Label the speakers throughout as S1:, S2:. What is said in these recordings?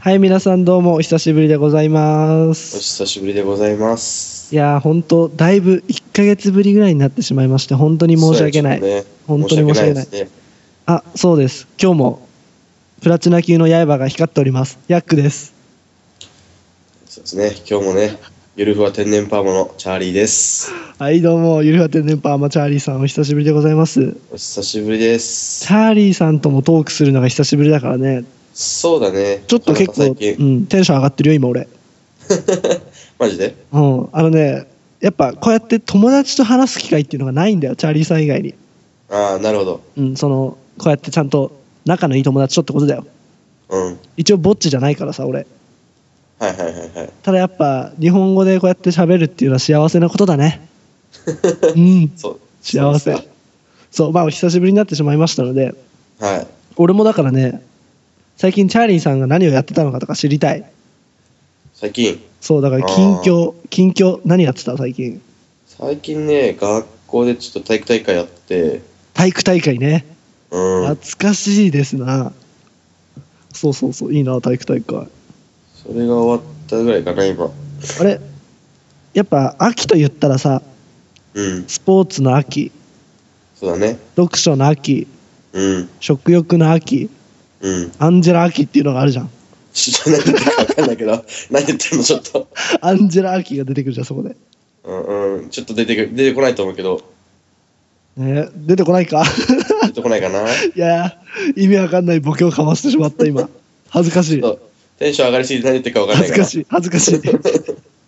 S1: はい、皆さんどうもお久しぶりでございま
S2: お
S1: す。
S2: 久しぶりでございます。
S1: いやー、本当だいぶ1ヶ月ぶりぐらいになってしまいまして、本当に申し訳ない。
S2: そうやちょっとね
S1: 本当に申し訳ない
S2: 申ですね
S1: あ、そうです。今日も、プラチナ級の刃が光っております。ヤックです。
S2: そうですね。今日もね、ゆるふわ天然パーマのチャーリーです。
S1: はい、どうも、ゆるは天然パーマチャーリーさん、お久しぶりでございます。
S2: お久しぶりで
S1: チ
S2: す。
S1: ャーリーさんともトークするのが久しぶりだからね、
S2: そうだね。
S1: ちょっと結構、う
S2: なんか最近、
S1: ん、テンション上がってるよ、今俺。
S2: マジで
S1: うん、あのね、やっぱこうやって友達と話す機会っていうのがないんだよ、チャーリーさん以外に。
S2: ああ、なるほど。
S1: うん、その、こうやってちゃんと仲のいい友達とってことだよ。
S2: うん。
S1: 一応ぼっちじゃないからさ俺
S2: はいはいはいはい。
S1: ただやっぱ日本語でこうやって喋るっていうのは幸せなことだねうん
S2: そう。
S1: 幸せそうまあお久しぶりになってしまいましたので
S2: はい。
S1: 俺もだからね最近チャーリーさんが何をやってたのかとか知りたい
S2: 最近、
S1: そうだから近況近況何やってた最近
S2: 最近ね、学校でちょっと体育大会やって、
S1: 体育大会ね
S2: う
S1: 懐
S2: ん。
S1: かしいですなそうそうそういいな体育大会
S2: それが終わったぐらいかな、今。
S1: あれやっぱ秋と言ったらさ
S2: うん。
S1: スポーツの秋
S2: そうだね。
S1: 読書の秋
S2: うん。
S1: 食欲の秋
S2: うん。
S1: アンジェラ・アキっていうのがある じゃん。
S2: ちょっと何言ってるか分かんないけど、 何言ってんの、ちょっと。
S1: アンジェラ・アキが出てくるじゃん、そこで。
S2: うんうん、ちょっと出てく出てこないと思うけど、
S1: ね、出てこない か
S2: 出てこないか な。ち
S1: いやー、意味わかんないボケをかましてしまった、今。恥ずかしい。
S2: ょっとテンション上がりすぎて何言ってるか分からな
S1: 恥
S2: い
S1: ず
S2: から。
S1: かしい、恥ずかしい。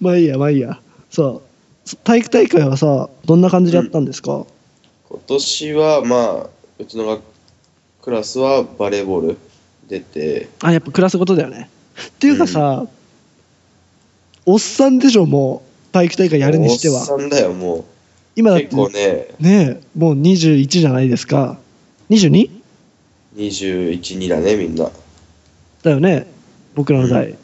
S1: まあいいや、まあいいや。そう。体育大会はさ、どんな感じでやったんですか、
S2: 今年は、まあ、うちの学クラスはバレーボール出て、
S1: あ、やっぱクラスごとだよね。っていうかさ、おっさんでしょ、もう。体育大会やるにして
S2: お
S1: は。
S2: っさんだよ、も
S1: 今
S2: う。
S1: だって
S2: 結、構ね、
S1: ねえ、もう21じゃないですか。22?
S2: 21、2だね、みんな。
S1: だよね僕らの代、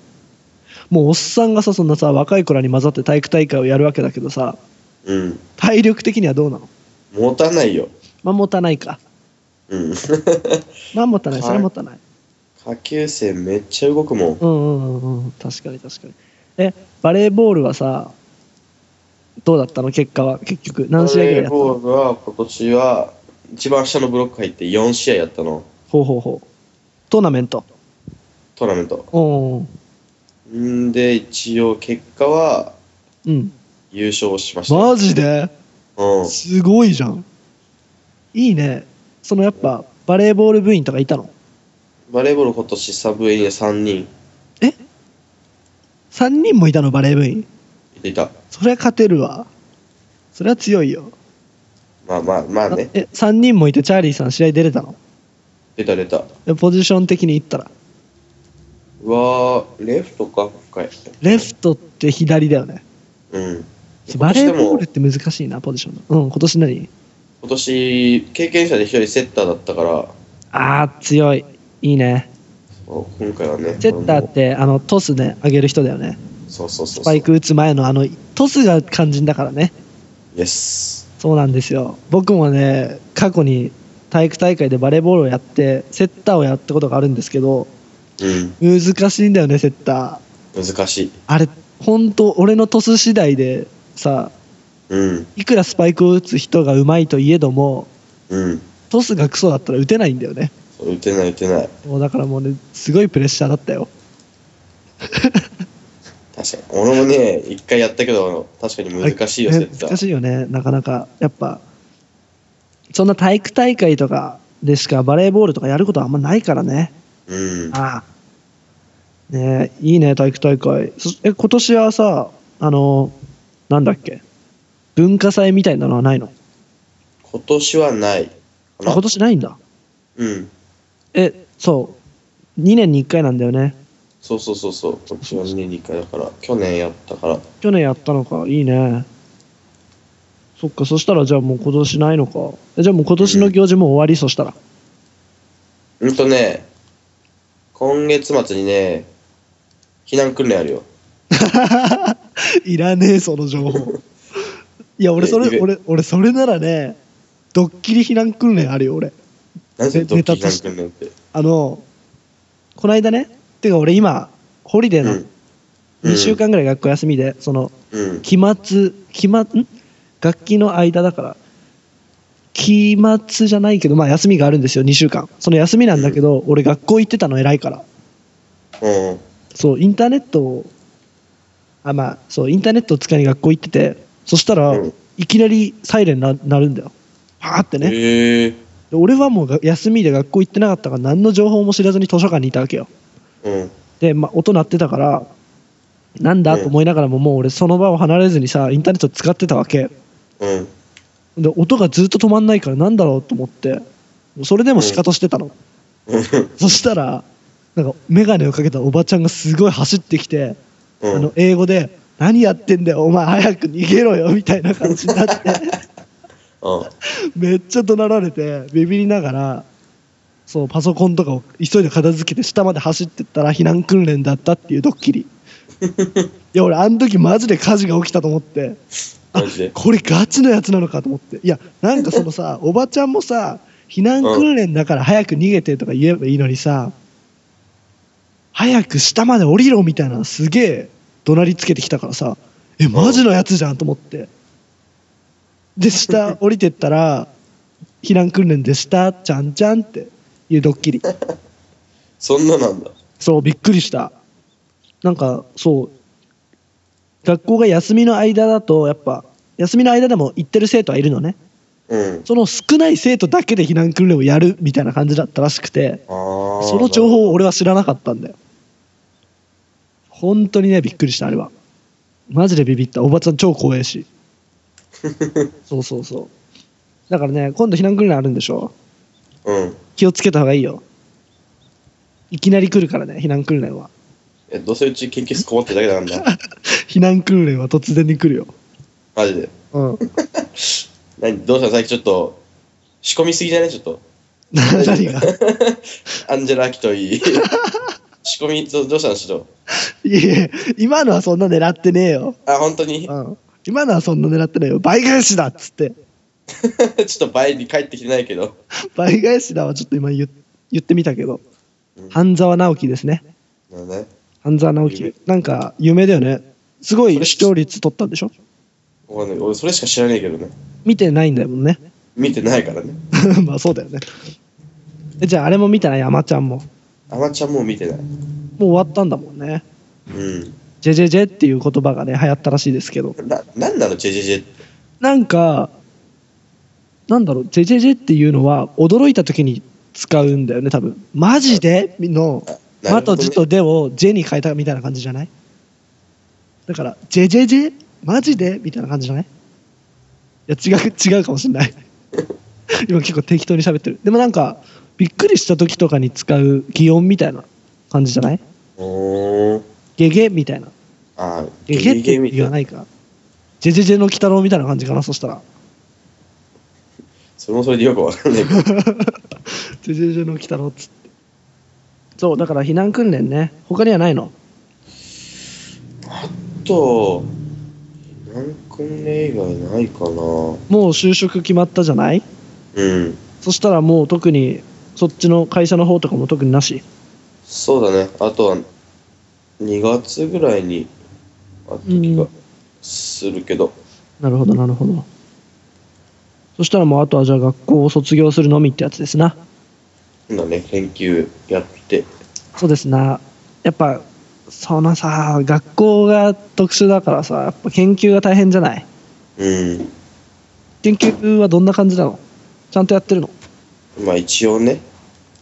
S1: もうおっさんがさそんなさ若い子らに混ざって体育大会をやるわけだけどさ
S2: うん。
S1: 体力的にはどうなの
S2: 持たないよ。
S1: まあ持たないか
S2: うん。
S1: まあ持たないそれは持たない、
S2: 下級生めっちゃ動くもん。
S1: うんうんうんうん確かに確かにえバレーボールはさどうだったの結果は結局何試合ぐらいやった
S2: バレーボ
S1: の
S2: ールは今年は、一番下のブロック入って4試合やったの、
S1: ほうほうほうトーナメント
S2: トーナメント。
S1: おー
S2: んで、一応結果は、
S1: うん
S2: 優勝しました。
S1: マジで
S2: うん。
S1: すごいじゃんいいねそのやっぱバレーボール部員とかいたの
S2: バレーボール今年サブエリア3人
S1: 3人もいたのバレー部員
S2: いていた。
S1: そりゃ勝てるわ。そりゃ強いよ。
S2: まあまあまあね。
S1: え、3人もいてチャーリーさん試合出れたの
S2: 出た出た。
S1: えポジション的に言ったら。
S2: うわー、レフトか深い。
S1: レフトって左だよね。
S2: うん。
S1: バレーボールっ
S2: 今年でも
S1: て難しいな、ポジションの。うん、今年何
S2: 今年、経験者で一人セッターだったから、
S1: あー、強い。いいね。
S2: そう今回はね。
S1: セッターって、あの、トスね、上げる人だよね。
S2: そうそうそうそう。
S1: スパイク。打つ前の、あの、トスが肝心だからね。
S2: イエス。
S1: そうなんですよ。僕もね、過去に体育大会でバレーボールをやって、セッターをやったことがあるんですけど、
S2: うん。
S1: 難しいんだよね、セッター。
S2: 難しい。
S1: あれ、本当俺のトス次第でさ、
S2: うん。
S1: いくらスパイクを打つ人がうまいといえども、
S2: うん。
S1: トスがクソだったら打てないんだよね。
S2: そう打てない打てない。
S1: もうだからもうね、すごいプレッシャーだったよ。
S2: 確かに。俺もね、一回やったけど、確かに難しいよ、セ
S1: ね
S2: ッタ
S1: 難
S2: ー。
S1: しいよね、なかなか。やっぱ、そんな体育大会とかでしかバレーボールとかやることはあんまないからね。
S2: うん。
S1: ああ。ねえいいね、体育大会。そえ、今年はさ、あの、なんだっけ、文化祭みたいなのはないの
S2: 今年はない。
S1: あ、今年ないんだ。
S2: うん。
S1: え、そう。2年に1回なんだよね。
S2: そうそうそうそう。こっちは2年に1回だから、去年やったから。
S1: 去年やったのか。いいね。そっか、そしたらじゃあもう今年ないのか。えじゃあもう今年の行事もう終わり、そしたら。
S2: うんとね、今月末にね、避難訓練あるよ。
S1: いらねえ、その情報。いや、俺そ
S2: いやい
S1: れ、
S2: や
S1: 俺、俺それならね、ドッキリ避難訓練あるよ、俺。
S2: 何せ
S1: ね
S2: ドッキ
S1: ネ
S2: リ
S1: タと
S2: 避
S1: して
S2: 難訓練って。
S1: あの、この間ね、てか俺今、ホリデーなの、
S2: うん
S1: 2週間ぐらい学校休みで、その、
S2: うん。
S1: 期末、期末、ん楽器の間だから、期末じゃないけど、まあ休みがあるんですよ、2週間。その休みなんだけど、俺学校行ってたの偉いから。
S2: うん。
S1: そう、インターネットを、あ、まあ、そう、インターネットを使いに学校行ってて、そしたら、
S2: うん
S1: いきなりサイレンな鳴るんだよ。パーってね。
S2: へえ
S1: で俺はもうが休みで学校行ってなかったから、何の情報も知らずに図書館にいたわけよ。
S2: うん。
S1: で、まあ、音鳴ってたから、なんだ
S2: うん
S1: と思いながらも、もう俺その場を離れずにさ、インターネット使ってたわけ。
S2: うん。
S1: で、音がずっと止まんないからなんだろうと思って、それでも仕方してたの。
S2: うん。
S1: そしたら、なんか、メガネをかけたおばちゃんがすごい走ってきて、
S2: うん
S1: あの英語で「何やってんだよお前早く逃げろよ」みたいな 感じになって
S2: うん。
S1: めっちゃ怒鳴られてビビりながらそうパソコンとかを急いで片付けて下まで走ってったら避難訓練だったっていうドッ キリいや俺あの時マジで火事が起きたと思って
S2: マジで。
S1: これガチのやつなのかと思っていやなんかそのさおばちゃんもさ避難訓練だから早く逃げてとか言えばいいのにさ早く下まで降りろみたいなのすげえ怒鳴りつけてきたからさえマジのやつじゃんと思ってで下降りてったら避難訓練で下ちゃんちゃんっていうドッキリ
S2: そんななんだ。
S1: そう、びっくりした。なんか、そう、学校が休みの間だと、やっぱ、休みの間でも行ってる生徒はいるのね。
S2: うん。
S1: その少ない生徒だけで避難訓練をやるみたいな感じだったらしくて、
S2: ああ。
S1: その情。報を俺は知らなかったんだよ。本当にね、びっくりした、あれは。マジでビビった。おばちゃん超怖えし。そうそうそう。だからね、今度避難訓練あるんでしょ
S2: うん。
S1: 気をつけた方がいいよ。いきなり来るからね、避難訓練は。
S2: え、どうせうち研究室困ってるだけだからな。
S1: 避難訓練は突然に来るよ。
S2: マジで。
S1: うん。
S2: 何どうした最近ちょっと、仕込みすぎじゃないちょっと。
S1: な 何が
S2: アンジェラ・アキとい い。仕込みどどうしたのちょっ
S1: いやいや、今のはそんな狙ってねえよ。
S2: と。あ、本当 にちょ
S1: うん。今のはそんな狙ってないよ。倍返しだっつって。
S2: っと倍に帰ってきてないけど。
S1: 倍返しだはちょっと今言言ってみたけど
S2: うん。
S1: 半沢直樹ですね。
S2: なね。
S1: 半沢直樹。なんか、有名だよね。すごい視聴率取ったんでしょ
S2: わかんない俺それしか知らないけどね。
S1: 見てないんだもんね。
S2: 見てないからね。
S1: まあそうだよね。えじゃああれも見てない、山ちゃんも。も
S2: アマちゃんもう見てない。
S1: う終わったんだもんね。
S2: う
S1: ジェジェジェっていう言葉がね、流行ったらしいですけど。
S2: ん。な、なんなのジェジェジェって。
S1: なんか、なんだろう、ジェジェジェっていうのは、驚いた時に使うんだよね、多分マジでの、
S2: な
S1: ま
S2: るほど
S1: と
S2: ね
S1: じとでをジェに変えたみたいな感じじゃないだから、ジェジェジェ、マジでみたいな感じじゃないいや、違う、違うかもしんない。 今結構適当に喋ってる。でもなんか、びっくりした時とかに使う擬音みたいな感じじゃない
S2: おー。
S1: ゲゲみたいな。
S2: あー、
S1: ゲゲって言わ
S2: な
S1: ないか。ジェジェジェの鬼太郎みたいな感じかな、そしたら。
S2: それもそれでよくわかんないけど。
S1: ジェジェジェの鬼太郎っつってそうだから避難訓練ね他にはないの
S2: あと、何訓練以外ないかな。
S1: もう就職決まったじゃない
S2: うん。
S1: そしたらもう特にそっちの会社の方とかも特になし
S2: そうだね。あとは、2月ぐらいにあった気がするけど。
S1: なるほどなるほどそしたらもうあとはじゃあ学校を卒業するのみってやつですな
S2: 今ね、研究やって。
S1: そうですなやっぱそのさ学校が特殊だからさやっぱ研究が大変じゃない
S2: うん。
S1: 研究はどんな感じなのちゃんとやってるの
S2: まあ一応ね、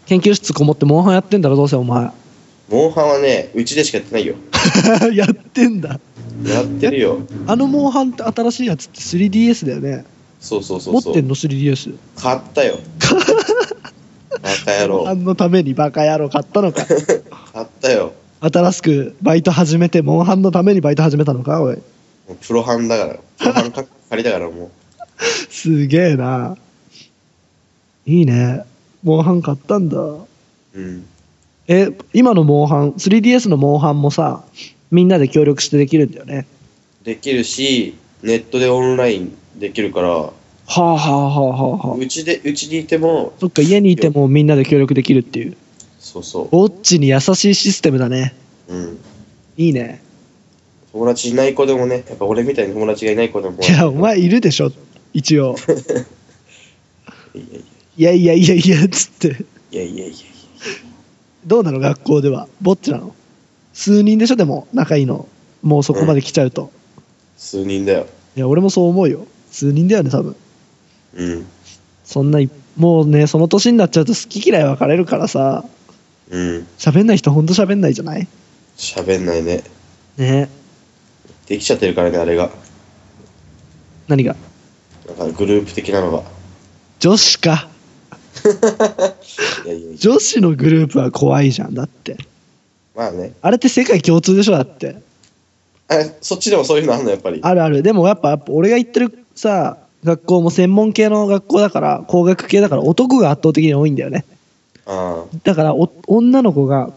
S1: 研究室こもってモンハンやってんだろどうせお前
S2: モンハンはね、うちでしかやってないよ。
S1: やってんだ
S2: やってるよ。
S1: あのモンハンって新しいやつって 3DS だよね。
S2: そうそうそうそ
S1: 持
S2: う。
S1: ってんの 3DS。
S2: 買ったよ。バカ野郎。
S1: 何のためにバカ野郎買ったのか。
S2: あったよ。
S1: 新しくバイト始めて、モンハンのためにバイト始めたのか、おい。
S2: もうプロハンだから。プロハンか借りだからも
S1: すげえな。いいね。モンハン買ったんだ。
S2: う。うん。
S1: え、今のモンハン、3DS のモンハンもさ、みんなで協力してできるんだよね。
S2: できるし、ネットでオンラインできるから、
S1: はあはあはあはあはあ。
S2: うちで、うちにいても、
S1: そっか、家にいてもみんなで協力できるっていう。
S2: そうそ
S1: ぼっちに優しいシステムだね。
S2: う。うん。
S1: いいね。
S2: 友達いない子でもね、やっぱ俺みたいに友達がいない子でも。
S1: いや、お前いるでしょ、一応。
S2: いやい
S1: いやいやいやいや、つって。
S2: や いやいやいやいや。
S1: どうなの、学校では。ぼっちなの。数人でしょ、でも、仲いいの。もうそこまで来ちゃうと。
S2: 数人だよ。
S1: いや、俺もそう思うよ。数人だよね、多分。
S2: うん。
S1: そんない、もうね、その年になっちゃうと好き嫌い分かれるからさ、
S2: うん。
S1: 喋んない人ほんと喋んないじゃない
S2: 喋んないね。
S1: ね
S2: できちゃってるからね、あれが。
S1: 何が
S2: なんかグループ的なのが。
S1: 女子か。
S2: いやいやいや。
S1: 女子のグループは怖いじゃん、だって。
S2: まあね。
S1: あれって世界共通でしょ、だって。
S2: あれ、そっちでもそういうのあんの、やっぱり。
S1: あるある。でもやっぱ、やっぱ俺が行ってるさ、学校も専門系の学校だから、工学系だから男が圧倒的に多いんだよね。
S2: ああ。
S1: だからお女の子が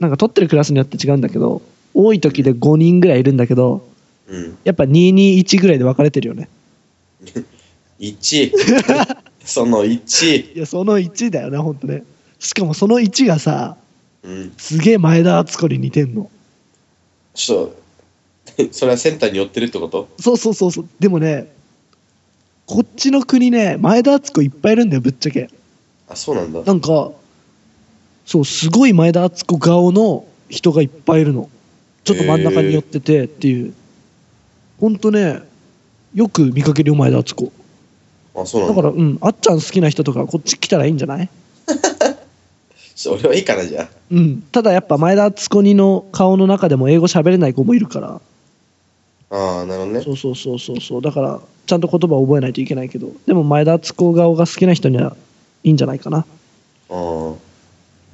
S1: なんか取ってるクラスによって違うんだけど多い時で5人ぐらいいるんだけど
S2: うん。
S1: やっぱ221ぐらいで分かれてるよね
S2: 1 その1
S1: いやその1だよねほんとねしかもその1がさ
S2: うん
S1: すげえ前田敦子に似てんの
S2: ちょっと それはセンターに寄ってるってこと
S1: そうそうそうそうでもねこっちの国ね前田敦子いっぱいいるんだよぶっちゃけ
S2: あそうなんだ
S1: なんかそうすごい前田敦子顔の人がいっぱいいるのちょっと真ん中に寄っててっていうほんとねよく見かけるよ前田敦子
S2: あそうな
S1: だ
S2: ん
S1: か
S2: だ
S1: ら、うん、あっちゃん好きな人とか、こっち来たらいいんじゃない
S2: ちょっと俺はいいかなじゃあ
S1: うん。ただやっぱ、前田敦子にの顔の中でも英語喋れない子もいるから。
S2: ああなるほどね
S1: そうそうそうそうそう。だから、ちゃんと言葉を覚えないといけないけど、でも前田敦子顔が好きな人にはいいんじゃないかな。
S2: あ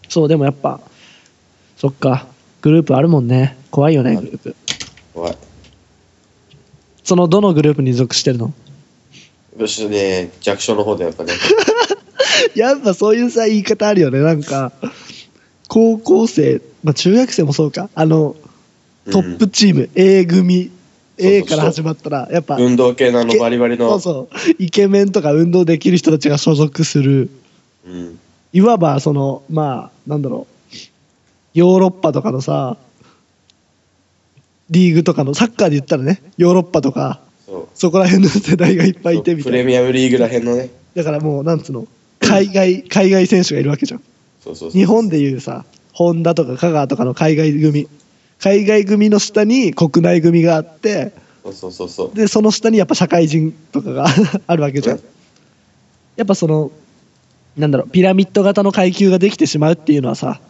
S1: そう、でもやっぱ、そっか、グループあるもんね。怖いよね、グループ。
S2: あ怖い
S1: その、どのグループに属してるの
S2: よしね弱小の方でやっ ぱね
S1: やっぱそういうさ、言い方あるよね。なんか、高校生、まあ中学生もそうか。あの、トップチーム、A 組、A から始まったら、やっぱ、
S2: うん運動系のあのバリバリ
S1: そ
S2: の
S1: うそう、イケメンとか運動できる人たちが所属する、
S2: うん
S1: いわば、その、まあ、なんだろう、ヨーロッパとかのさ、リーグとかの、サッカーで言ったらね、ヨーロッパとか、
S2: そう
S1: そこら辺の世代がいっぱいいてみた
S2: プ
S1: い
S2: レ
S1: な。
S2: ミアムリーグらへんのね
S1: だからもう、なんつうの、海外、海外選手がいるわけじゃん。
S2: そうそうそう
S1: 日本でいうさ、ホンダとか香川とかの海外組。海外組の下に国内組があって、
S2: そうそうそうそう
S1: でその下にやっぱ社会人とかが あるわけじゃん
S2: うん
S1: やっぱそのなんだろうピラミッド型の階級ができてしまうっていうのはさ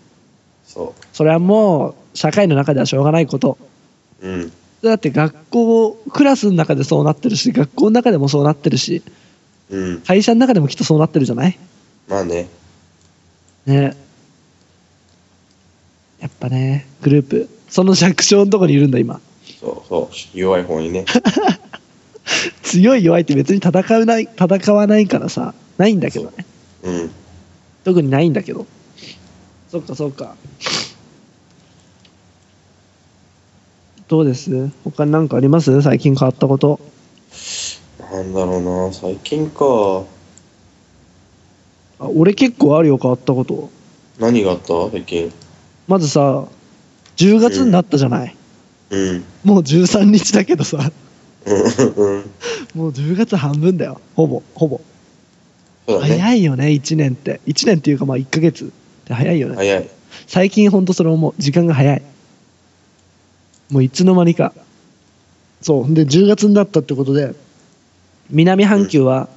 S2: そ
S1: それはもう社会の中ではしょうがないこと
S2: ううん
S1: だって学校クラスの中でそうなってるし学校の中でもそうなってるし
S2: うん
S1: 会社の中でもきっとそうなってるじゃない
S2: まあね
S1: ねやっぱねグループその弱小のとこにいるんだ今
S2: そうそう弱い方にね
S1: 強い弱いって別に戦うない戦わないからさないんだけどね
S2: うん
S1: 特にないんだけどそっかそっかどうです他に何かあります最近変わったこと
S2: なんだろうな最近か
S1: あ俺結構あるよ変わったこと
S2: 何があった最近
S1: まずさ10月になったじゃない、
S2: うん
S1: もう13日だけどさ
S2: うんうん
S1: もう10月半分だよほぼほぼ、
S2: そうだね。
S1: 早いよね1年って1年っていうかまあ1ヶ月って早いよね、
S2: 早い。
S1: 最近ほんとそれ思う時間が早いもういつの間にかそうで10月になったってことで南半球は、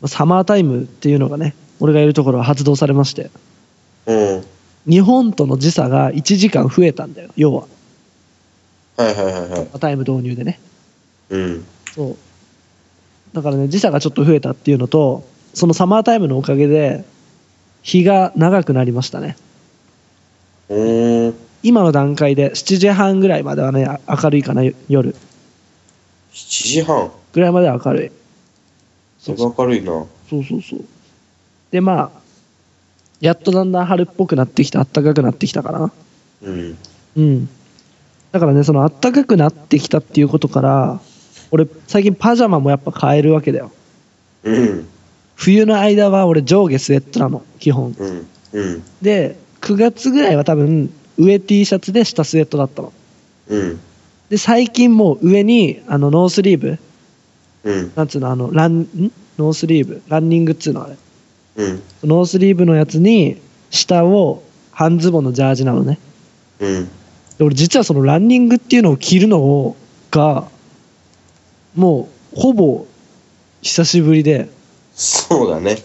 S1: まあサマータイムっていうのがね俺がいるところは発動されまして
S2: うん。
S1: 日本との時差が1時間増えたんだよ要は
S2: はいはいはいはい。
S1: タイム導入でね
S2: うん。
S1: そうだからね時差がちょっと増えたっていうのとそのサマータイムのおかげで、日が長くなりましたね。
S2: うーん。
S1: 今の段階で7時半ぐらいまではね、あ明るいかな、よ夜
S2: 7時半。
S1: ぐらいまでは明るい。
S2: だいぶ明るいな。
S1: そうそうそう。で、まあ、やっとだんだん春っぽくなってきて、暖かくなってきたかな。
S2: うん。
S1: うん。だからね、その暖かくなってきたっていうことから、俺、最近パジャマもやっぱ変えるわけだよ。
S2: うん。
S1: 冬の間は俺上下スウェットなの、基本。
S2: うん。うん。
S1: で、9月ぐらいは多分、上 T シャツで下スウェットだったの。
S2: うん。
S1: で、最近もう上に、あの、ノースリーブ
S2: うん。
S1: なんつうの、あの、ラン、んノースリーブランニングっつうのあれ。
S2: うん。
S1: ノースリーブのやつに、下を半ズボンのジャージなのね。
S2: うん。
S1: で俺実はそのランニングっていうのを着るのをがもうほぼ久しぶりで
S2: そうだね。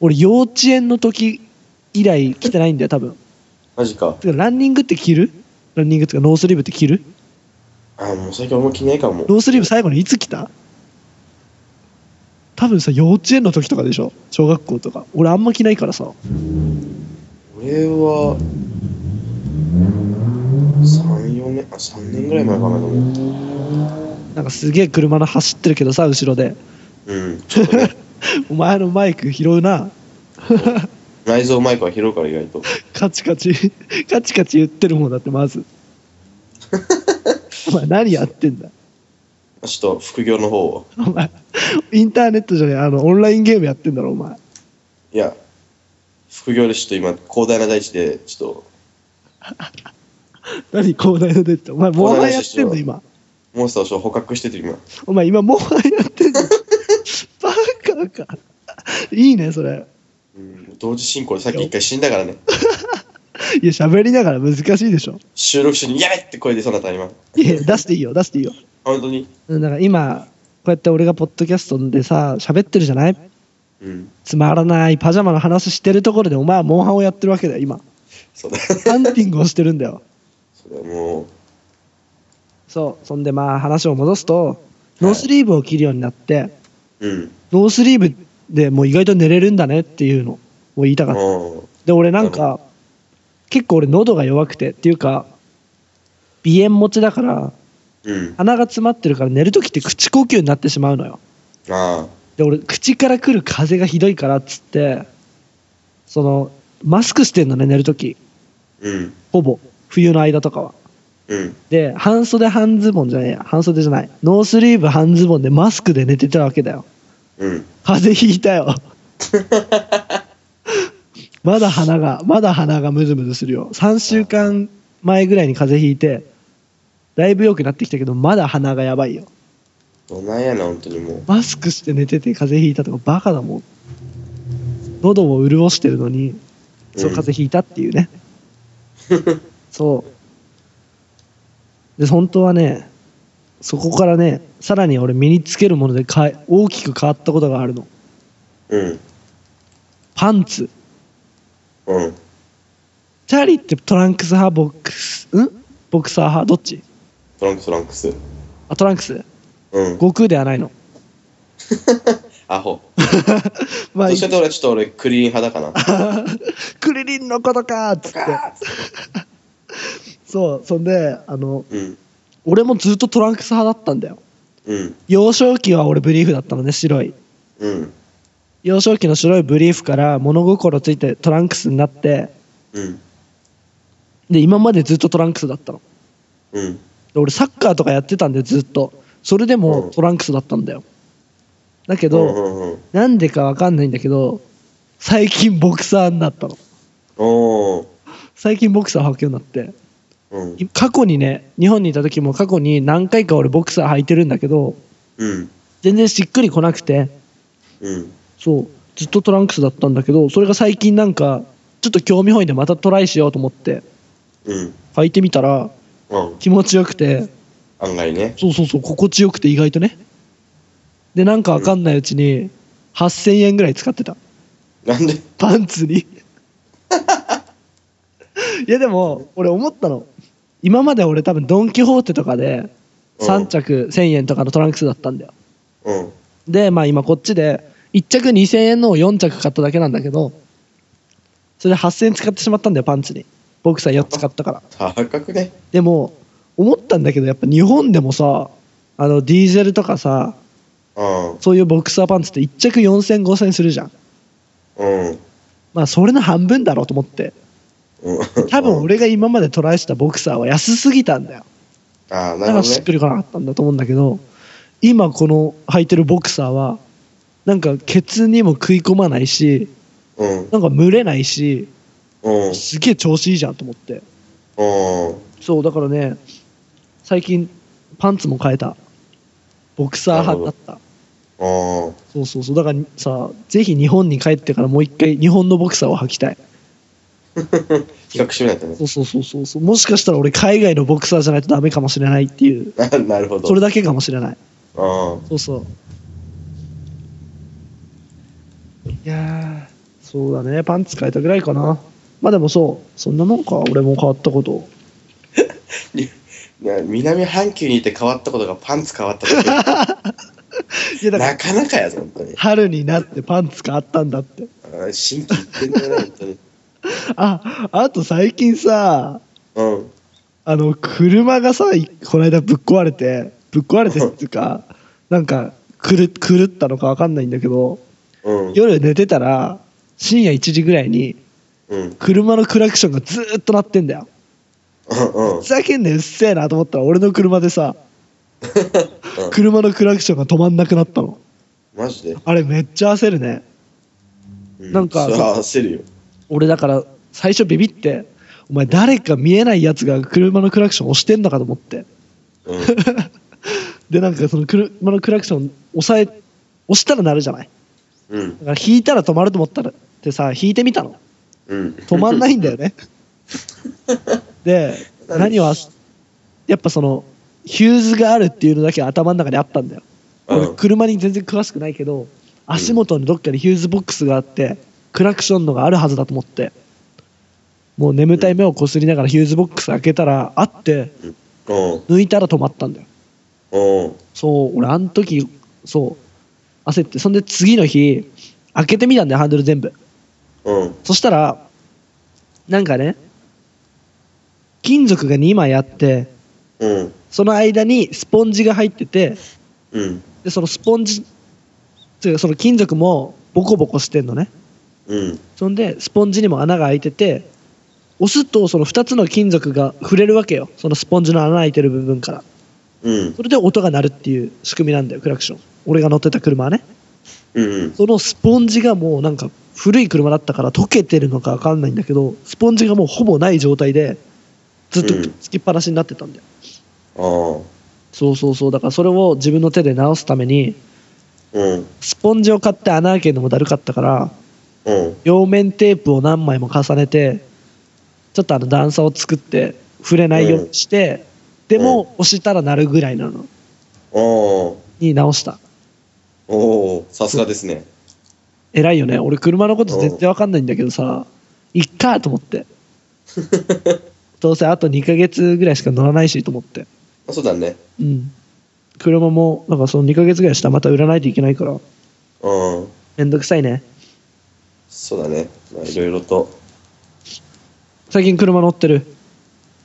S1: 俺幼稚園の時以来着てないんだよ多分
S2: マジか。
S1: てかランニングって着るランニングっていうかノースリーブって着る
S2: あ、もう最近あんま着ないかも。
S1: ノースリーブ最後にいつ着た多分さ幼稚園の時とかでしょ小学校とか俺あんま着ないからさ
S2: 俺は、3、4年、あ、3年ぐらい前かなと思う。
S1: なんかすげえ車の走ってるけどさ後ろで
S2: うん。ちょっ とね、
S1: お前のマイク拾うな
S2: 内蔵マイクは広いから意外と。
S1: カチカチ、 カチカチ言ってるもんだって、まず。お前、何やってんだ。
S2: ちょっと副業の方を。
S1: お前、インターネットじゃねえ、あの、オンラインゲームやってんだろ、お前。
S2: いや、副業でちょっと今、広大な大地で、ちょっ
S1: 何、広大な出てた。お前、モンハンやってんの、今。
S2: と、モンスターをちょっと捕獲してて今。
S1: お前、今、モンハンやってんの。 バカか。いいね、それ。
S2: うん、同時進行でさっき一回死んだからね。
S1: いや、喋りながら難しいでしょ。
S2: 収録中に、やべって声出そうになった今。
S1: いや、 出していいよ、出していいよ。
S2: 本当に。
S1: だから今、こうやって俺がポッドキャストでさ、喋ってるじゃない
S2: うん。
S1: つまらないパジャマの話してるところで、お前はモンハンをやってるわけだよ、 今。
S2: そうだ。
S1: ハンティングをしてるんだよ。
S2: それはもう、
S1: そう、そんでまあ話を戻すと、ノースリーブを着るようになって、
S2: うん。
S1: ノースリーブでもう意外と寝れるんだねっていうのを言いたかった。
S2: も
S1: で、俺なんか、結構俺喉が弱くてっていうか、鼻炎持ちだから、
S2: う、うん。
S1: 鼻が詰まってるから寝るときって口呼吸になってしまうのよ。
S2: ああ、
S1: で、俺口から来る風がひどいからっつって、その、マスクしてんのね、寝るとき。
S2: うん。
S1: ほぼ。冬の間とかは。
S2: うん。
S1: で、半袖半ズボンじゃねえや。半袖じゃない。ノースリーブ半ズボンでマスクで寝てたわけだよ。
S2: うん。
S1: 風邪ひいたよ。 まだ鼻が、まだ鼻がムズムズするよ。3週間前ぐらいに風邪ひいて、だいぶ良くなってきたけど、まだ鼻がやばいよ。
S2: どないやな、本当にもう。
S1: マスクして寝てて風邪ひいたとかバカだもん。喉を潤してるのに、そう、風邪ひいたっていうね。そう。で、本当はね、そこからね、さらに俺身につけるもので変え大きく変わったことがあるの。
S2: うん。
S1: パンツ。
S2: うん。
S1: チャーリーってトランクス派、ボックス、んボクサー派どっち
S2: トランクス、トランクス。
S1: あ、トランクス。
S2: うん。
S1: 悟空ではないの。
S2: アホ。
S1: まあ
S2: どっ、ちかって俺、ちょっと俺、クリーン派だかな。
S1: クリリンのことかーっつって。そう、そんで、あの、
S2: うん。
S1: 俺もずっとトランクス派だったんだよ。
S2: うん。
S1: 幼少期は俺ブリーフだったのね、白い。
S2: うん。
S1: 幼少期の白いブリーフから物心ついてトランクスになって、
S2: うん。
S1: で、今までずっとトランクスだったの。
S2: うん。
S1: で俺サッカーとかやってたんでずっと。それで
S2: う
S1: も
S2: ん
S1: トランクスだったんだよ。だけ
S2: う
S1: ど、
S2: んうんうん。
S1: なんでかわかんないんだけど、最近ボクサーになったの。
S2: おー。
S1: 最近ボクサー履くようになって。
S2: うん。
S1: い過去にね、日本にいた時も過去に何回か俺ボクサー履いてるんだけど、
S2: うん。
S1: 全然しっくりこなくて、
S2: うん。
S1: そう、ずっとトランクスだったんだけど、それが最近なんか、ちょっと興味本位でまたトライしようと思って、
S2: うん。
S1: 履いてみたら
S2: うん。
S1: 気持ちよくて、
S2: 案外ね。
S1: そうそうそう、心地よくて意外とね。で、なんかわかんないうちに、8000円ぐらい使ってた。
S2: なんで
S1: パンツにいやでも俺思ったの今まで俺多分ドン・キホーテとかで
S2: うん
S1: 3着1000円とかのトランクスだったんだよ
S2: うん。
S1: でまあ今こっちで1着2000円のを4着買っただけなんだけど、それで8000円使ってしまったんだよ、パンツに。ボクサー4つ買ったから。
S2: 高くね。
S1: でも、思ったんだけど、やっぱ日本でもさ、あの、ディーゼルとかさ、
S2: うん。
S1: そういうボクサーパンツって1着4000、5000するじゃん。
S2: うん。
S1: まあ、それの半分だろうと思って。
S2: うん
S1: 多分。俺が今までトライしたボクサーは安すぎたんだよ。
S2: ああ、
S1: だか
S2: なるほ
S1: ら
S2: ど
S1: しっ
S2: ね。
S1: くりこなかったんだと思うんだけど、今この履いてるボクサーは、なんかケツにも食い込まないし、
S2: うん。
S1: なんか蒸れないし、
S2: うん。
S1: すげえ調子いいじゃんと思って。
S2: うん。
S1: そう、だからね、最近パンツも変えた。ボクサー派だった。
S2: うん。
S1: そうそうそう。だからさ、ぜひ日本に帰ってからもう一回日本のボクサーを履きたい。
S2: 比較してみないとね
S1: そ。うそうそうそうそう。もしかしたら俺海外のボクサーじゃないとダメかもしれないっていう。
S2: ななるほど。
S1: それだけかもしれない。
S2: うん。
S1: そうそう。いやー、そうだね。パンツ変えたぐらいかな。まあでもそう、そんなもんか。俺も変わったこと。
S2: な南半球にいて変わったことがパンツ変わったこと
S1: いやだから
S2: なかなかやぞ、本当に。
S1: 春になってパンツ変わったんだって。
S2: あ新規一点だね、本当に。
S1: あ、あと最近さ、
S2: うん。
S1: あの、車がさ、いこの間ぶっ壊れて、ぶっ壊れてっていうか、なんか、くる、狂ったのかわかんないんだけど、
S2: うん。
S1: 夜寝てたら、深夜1時ぐらいに、
S2: うん。
S1: 車のクラクションがずーっと鳴ってんだよ。
S2: うん。うん
S1: ふざけんなようっせえなと思ったら、俺の車でさ、車のクラクションが止まんなくなったの。
S2: マジで。
S1: あれめっちゃ焦るね。
S2: う
S1: なんか
S2: それは焦るよ。
S1: 俺だから、最初ビビって、お前誰か見えないやつが車のクラクション押してんのかと思って。
S2: うん。
S1: で、なんかその車のクラクション押さえ、押したら鳴るじゃない。
S2: うん。
S1: だから引いたら止まると思ったらってさ、引いてみたの。
S2: うん。
S1: 止まんないんだよ ね。で、何は、やっぱその、ヒューズがあるっていうのだけ頭の中にあったんだよ。俺、
S2: うん
S1: 車に全然詳しくないけど、足元にどっかにヒューズボックスがあって、クラクションのがあるはずだと思って、もう眠たい目をこすりながらヒューズボックス開けたら、あって、
S2: うん。
S1: 抜いたら止まったんだよ。
S2: うん。
S1: そう、俺、あの時、そう、焦って、そんで次の日、開けてみたんだよ、ハンドル全部。
S2: うん。
S1: そしたら、なんかね、金属が2枚あって、
S2: うん。
S1: その間にスポンジが入ってて、
S2: うん。
S1: で、そのスポンジ、というかその金属もボコボコしてんのね。
S2: うん。
S1: そんで、スポンジにも穴が開いてて、押すとその2つの金属が触れるわけよ。そのスポンジの穴開いてる部分から。
S2: うん。
S1: それで音が鳴るっていう仕組みなんだよ、クラクション。俺が乗ってた車はね。
S2: うん。
S1: そのスポンジがもうなんか古い車だったから溶けてるのかわかんないんだけど、スポンジがもうほぼない状態で、ずっと
S2: うん
S1: つきっぱなしになってたんだよ。
S2: ああ。
S1: そうそうそう。だからそれを自分の手で直すために、
S2: うん。
S1: スポンジを買って穴開けるのもだるかったから、
S2: うん。
S1: 両面テープを何枚も重ねて、ちょっとあの段差を作って、触れないようにして、でも押したら鳴るぐらいなの
S2: おー
S1: に直した。
S2: おーさすがですね。
S1: 偉いよね。俺車のこと全然わかんないんだけどさ、いっかと思 って。どうせあと2ヶ月ぐらいしか乗らないしと思って。
S2: あそうだね。
S1: うん。車も、なんかその2ヶ月ぐらいしたらまた売らないといけないから、
S2: うん。
S1: めんどくさいね。
S2: そうだね。まあ、 いろいろと。
S1: 最近車乗ってる。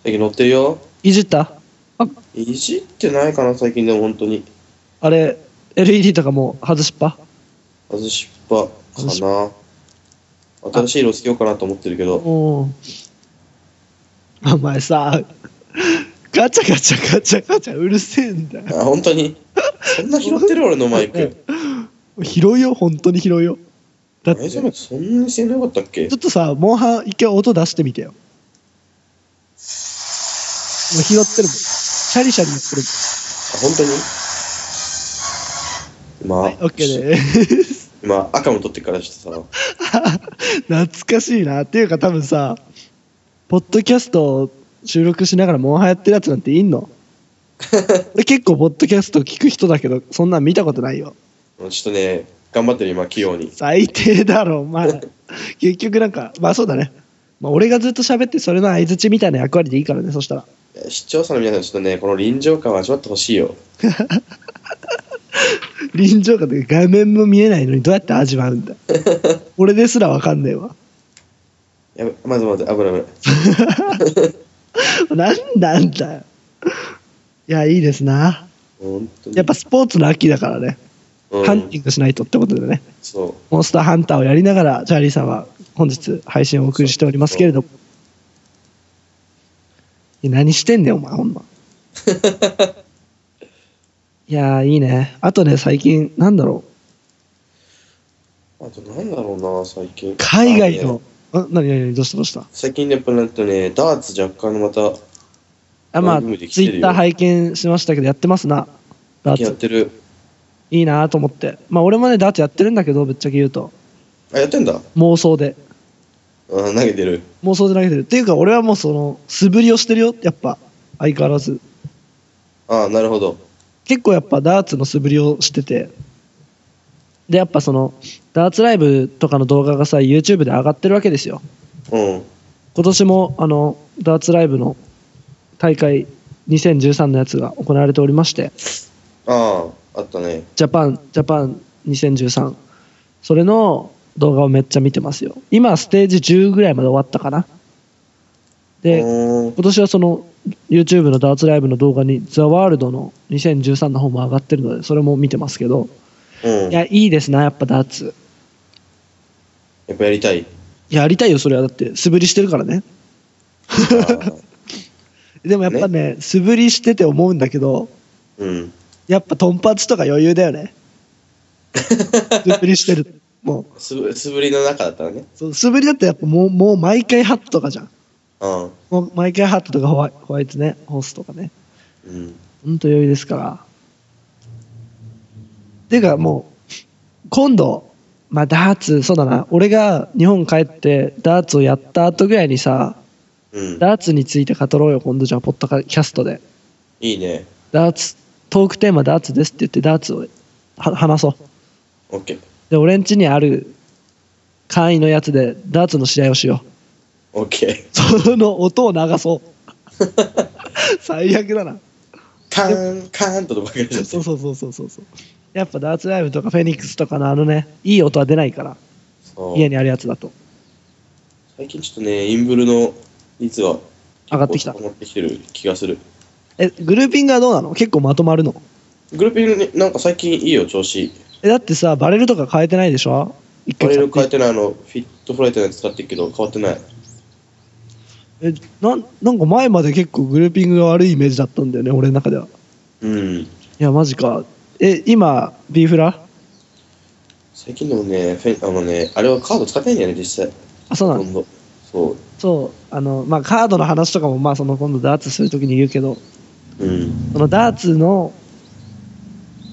S2: 最近乗ってるよ。
S1: いじったあ、
S2: いじってないかな、最近でも本当に。
S1: あれ、LED とかもう外しっぱ
S2: 外しっぱ
S1: 外し
S2: かな。新しい色つけようかなと思ってるけど。
S1: おお前さ、ガチャガチャガチャガチャうるせえんだよ。
S2: あ、本当に。そんな拾ってる俺のマイ ク。
S1: 拾いよ、本当に拾いよ。だって、
S2: え、
S1: ち
S2: じ
S1: ょ
S2: ゃそんなにしてなかったっけ
S1: っとさ、モンハン一回音出してみてよ。もう拾ってるもん。シャリシャリ言ってる
S2: あ本当に今、
S1: もん。オッケーです。
S2: 今、赤も取ってからしてさ。
S1: 懐かしいな。っていうか多分さ、ポッドキャストを収録しながらモンハンやってるやつなんていんの俺結構ポッドキャスト聞く人だけど、そんなん見たことないよ。
S2: ちょっとね、頑張ってる今、器用に。
S1: 最低だろ、お前。結局なんか、まあそうだね。まあ俺がずっと喋って、それの相づちみたいな役割でいいからね、そしたら。
S2: 視聴者の皆さん、ちょっとね、この臨場感を味わってほしいよ。
S1: 臨場感というか画面も見えないのにどうやって味わ うんだ俺ですらわかんねえわ
S2: やべ、まずまず、危ない危ない。
S1: なんなんだよいやいいですな
S2: 本当に。
S1: やっぱスポーツの秋だからね
S2: うん、
S1: ハンティングしないとってことでね
S2: そう。
S1: モンスターハンターをやりながらチャーリーさんは本日配信をお送りしておりますけれどもいや何してんねんお前ほ んまいやーいいねあとね最近なんだろう
S2: あと、なんだろうな、最近。
S1: 海外の、
S2: あね。
S1: ん何何何どうしたどうした
S2: 最近やっぱなんとね、ダーツ若干また、
S1: あまあ
S2: だい
S1: ツイ
S2: ぶできてるよ
S1: ッター拝見しましたけどやってますなダー
S2: やっ
S1: ツ
S2: てる。
S1: いいなと思ってまあ俺もねダーツやってるんだけどぶっちゃけ言うと
S2: あ、やってんだ。
S1: 妄想で
S2: あ投げてる。
S1: 妄想で投げてるっていうか俺はもうその素振りをしてるよやっぱ相変わらず
S2: あなるほど。
S1: 結構やっぱダーツの素振りをしててでやっぱそのダーツライブとかの動画がさ YouTube で上がってるわけですよ
S2: うん。
S1: 今年もあのダーツライブの大会2013のやつが行われておりまして
S2: ああ、あったね。
S1: ジャパンジャパン2013それの動画をめっちゃ見てますよ今ステージ10ぐらいまで終わったかなで
S2: うーん
S1: 今年はその YouTube のダーツライブの動画に「ザワールドの2013の方も上がってるのでそれも見てますけど
S2: うん。
S1: い
S2: や
S1: やいいですなやっぱダーツ
S2: っぱやりたい。
S1: やりたいよそれはだって素振りしてるからね
S2: あー
S1: でもやっぱね素振りしてて思うんだけど
S2: うん。
S1: やっぱトンパチとか余裕だよ ね素振りしてるもう
S2: す素振りの中だったらね。
S1: そう素振りだってやっぱもうもう毎回ハットとかじゃん
S2: うん。
S1: もう毎回ハットとかホワイホワイトねホースとかね
S2: うん。
S1: ほんと余裕ですから。ていうかもう、今度、まあダーツ、そうだな、俺が日本帰ってダーツをやった後ぐらいにさ、
S2: うん。
S1: ダーツについて語ろうよ、今度じゃあ、ポッドキャストで。
S2: いいね。
S1: ダーツ、トークテーマダーツですって言ってダーツをは話そう。
S2: オッケー。
S1: で、俺ん家にある会員のやつでダーツの試合をしよう。
S2: オッケー。
S1: その音を流そう。最悪だな。
S2: カーン、カーンととばかりちゃって
S1: そう。そうそうそうそうそうやっぱダーツライブとかフェニックスとかのあのねいい音は出ないから
S2: そう
S1: 家にあるやつだと
S2: 最近ちょっとね、インブルの率は
S1: 上がってきた
S2: 上がってきてる気がする。
S1: えグルーピングはどうなの結構まとまるの
S2: グルーピングねなんか最近いいよ、調子。
S1: えだってさバレルとか変えてないでしょ一
S2: バ
S1: 回
S2: レル
S1: 買
S2: 変
S1: っ
S2: えてない、あの、フィットフライトのやつ使ってるけど、変わってない。
S1: えなんなんか前まで結構グルーピングが悪いイメージだったんだよね俺の中では
S2: うん。
S1: いやマジかえ今ビーフラ
S2: 最近でもね、フェンあのね、あれはカード使ってないんだよね、実際。
S1: あそうなの
S2: 今度。そ
S1: そうあのまあカードの話とかもまあその今度ダーツするときに言うけど
S2: う。うん。
S1: そのダーツの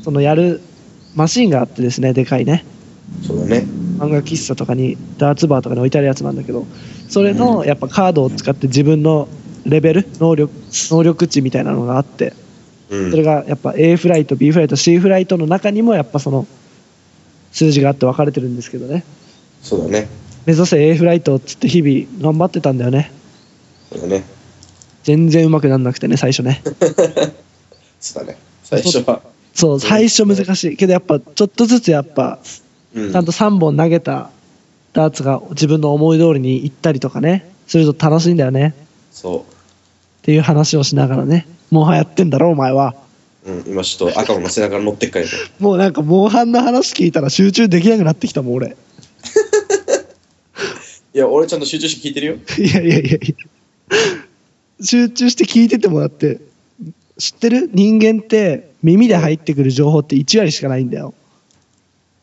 S1: そのやるマシンがあってですねでかいね
S2: そうだね。
S1: 漫画喫茶とかにダーツバーとかに置いてあるやつなんだけどそれのやっぱカードを使って自分のレベル能力能力値みたいなのがあって
S2: うん。
S1: それがやっぱ A フライト B フライト C フライトの中にもやっぱその数字があって分かれてるんですけどね
S2: そうだね。
S1: 目指せ A フライトっつって日々頑張ってたんだよね
S2: そうだね。
S1: 全然うまくなんなくてね最初ね
S2: そうだね。最初は。
S1: そう最初難しいけどやっぱちょっとずつやっぱち
S2: うん。
S1: ゃんと3本投げたダーツが自分の思い通りに行ったりとかねすると楽しいんだよね
S2: そ
S1: っていう話をしながらね、モンハンやってんだろ、お前は。
S2: う。うん。今ちょっと赤もの背中から乗って っからね。
S1: もうなんか、モンハンの話聞いたら集中できなくなってきたもん、俺。
S2: いや、俺ちゃんと集中して聞いてるよ。
S1: いやいやいやいや。集中して聞いててもらって、知ってる人間って耳で入ってくる情報って1割しかないんだよ。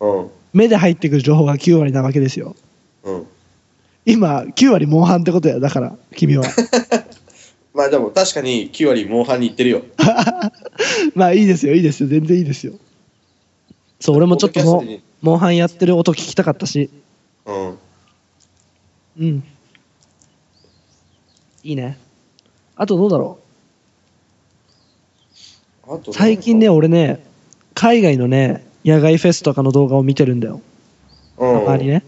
S2: うん。
S1: 目で入ってくる情報が9割なわけですよ。
S2: うん。
S1: 今、9割モンハンってことや、だから、君 は。
S2: まあでも確かに9割モンハンに行ってるよ。
S1: まあいいですよ、いいですよ、全然いいですよ。そう、俺もちょっとモンモンハンやってる音聞きたかったし、
S2: うん。
S1: うん。いいね。あとどうだろ
S2: あと
S1: う最近ね、、俺ね、海外のね、野外フェスとかの動画を見てるんだよ。
S2: う
S1: た
S2: ん、
S1: まにね。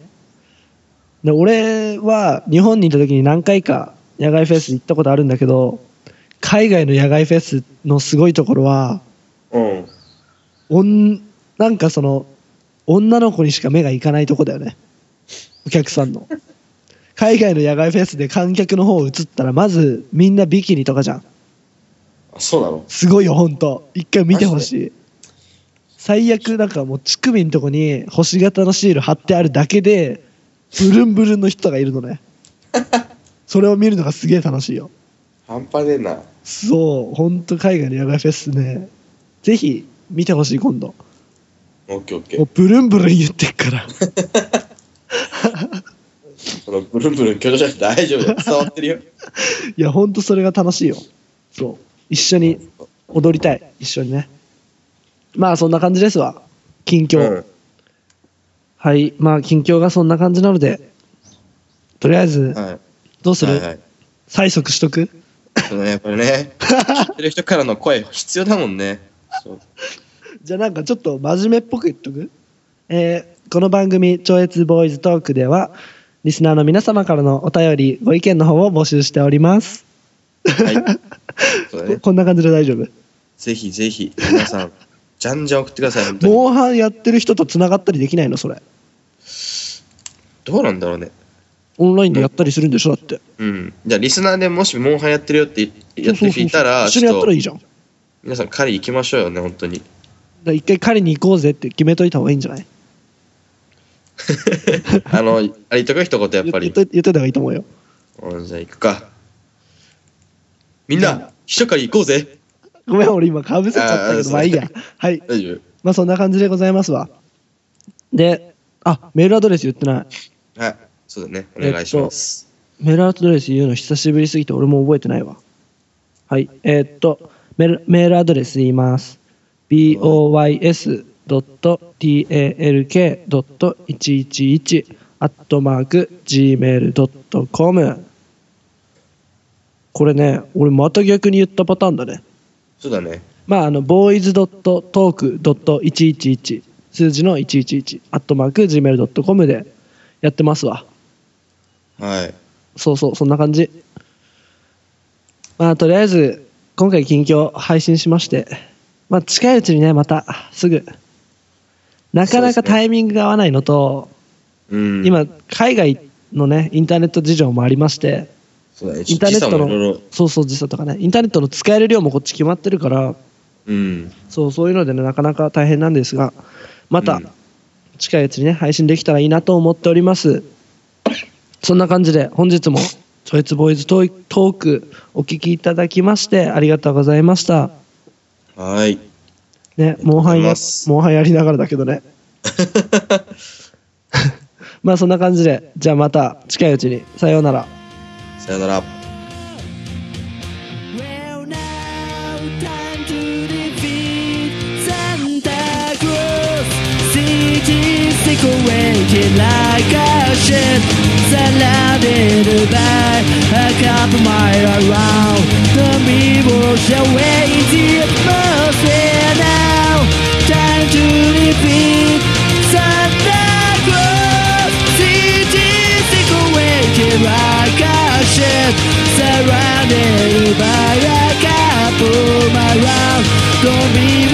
S1: で、俺は日本にいた時に何回か野外フェス行ったことあるんだけど、海外の野外フェスのすごいところは、
S2: うん。
S1: おんなんかその女の子にしか目がいかないとこだよねお客さんの海外の野外フェスで観客の方映ったらまずみんなビキニとかじゃん
S2: あそうなの
S1: すごいよほんと一回見てほしい最悪なんかもう乳首のとこに星型のシール貼ってあるだけでブルンブルンの人がいるの ねそれを見るのがすげえ楽しいよ
S2: 半端ねえな
S1: そうほんと海外の野外フェスねぜひ見てほしい今度
S2: オッケーオッケ
S1: もう
S2: ー
S1: ブルンブルン言ってっから
S2: そのブルンブルン強調しなくて大丈夫だよ 伝わってるよ
S1: いやほんとそれが楽しいよそう一緒に踊りたい一緒にねまあそんな感じですわ近況、
S2: うん
S1: はいまあ近況がそんな感じなのでとりあえず
S2: はい
S1: どうする、
S2: はいはい
S1: 催促しとく
S2: そうねやっぱりね知ってる人からの声必要だもんねそう
S1: じゃあなんかちょっと真面目っぽく言っとくえーこの番組「超越ボーイズトーク」ではリスナーの皆様からのお便りご意見の方を募集しております、
S2: はいそうだね
S1: ここんな感じで大丈夫
S2: ぜひぜひ皆さ んじゃんじゃん送ってください本当に
S1: モンハンやってる人とつながったりできないのそれ
S2: どうなんだろうね
S1: オンラインでやったりするんでしょだって
S2: うんじゃあリスナーでもしモンハンやってるよってやって
S1: そうそ
S2: る
S1: うそ
S2: 人
S1: う
S2: いたら
S1: 一緒
S2: ち
S1: にや
S2: ょ
S1: っ
S2: った
S1: ら
S2: と
S1: いいじゃんだか
S2: 皆さん狩り行きましょうよね本 当に
S1: ら一回狩りに行こうぜって決めといた方がいいんじゃない
S2: あの、あれ言っとく一言やっぱ
S1: 言
S2: り。
S1: っと言っといた方がいいと思うよ
S2: うんじゃあ行くか。みんな、秘書から行こうぜ。
S1: ごめん俺今かぶせちゃった
S2: あ
S1: け
S2: ー
S1: ど
S2: そう
S1: まあいいやはい
S2: 大丈
S1: まあそんな感じでございますわであメールアドレス言ってない
S2: 夫はい。そうだね。お願いします。
S1: メールアドレス言うの久しぶりすぎて俺も覚えてないわ。はい。えーっとメール、メールアドレス言います。boys.talk.111 アットマーク gmail.com これね、俺また逆に言ったパターンだね。
S2: そうだね。
S1: まあ、あの、boys.talk.111 数字の111アットマーク gmail.com でやってますわ。
S2: はい。
S1: そうそう、そんな感じ。まあ、とりあえず、今回近況配信しまして、まあ、近いうちにね、また、すぐ。なかなか
S2: そうですね
S1: タイミングが合わないのと、
S2: うん。、
S1: 今、海外のね、インターネット事情もありまして、
S2: そうだね。
S1: インターネット
S2: 時差もいろい
S1: の
S2: ろ、
S1: そうそう、時差とかね、インターネットの使える量もこっち決まってるから、
S2: うん。
S1: そう、そういうのでね、なかなか大変なんですが、ま
S2: う
S1: た
S2: ん、
S1: 近いうちにね、配信できたらいいなと思っております。そんな感じで、本日も、チョイツボーイズトートーク、お聞きいただきまして、ありがとうございました。
S2: はい。
S1: ね、
S2: りがと
S1: も
S2: う
S1: う
S2: ござ
S1: はいや
S2: ま、す
S1: もうはやりながらだけどね。まあ、そんな感じで、じゃあまた、近いうちに、さようなら。
S2: さよなら。
S3: Well now, time to defeat Santa Claus. She is decorated like a ship, surrounded by a couple mile around. The people shall wait in mercy now. Time to defeat Santa Claus. She is decorated like a ship, surrounded by a couple around. Don't be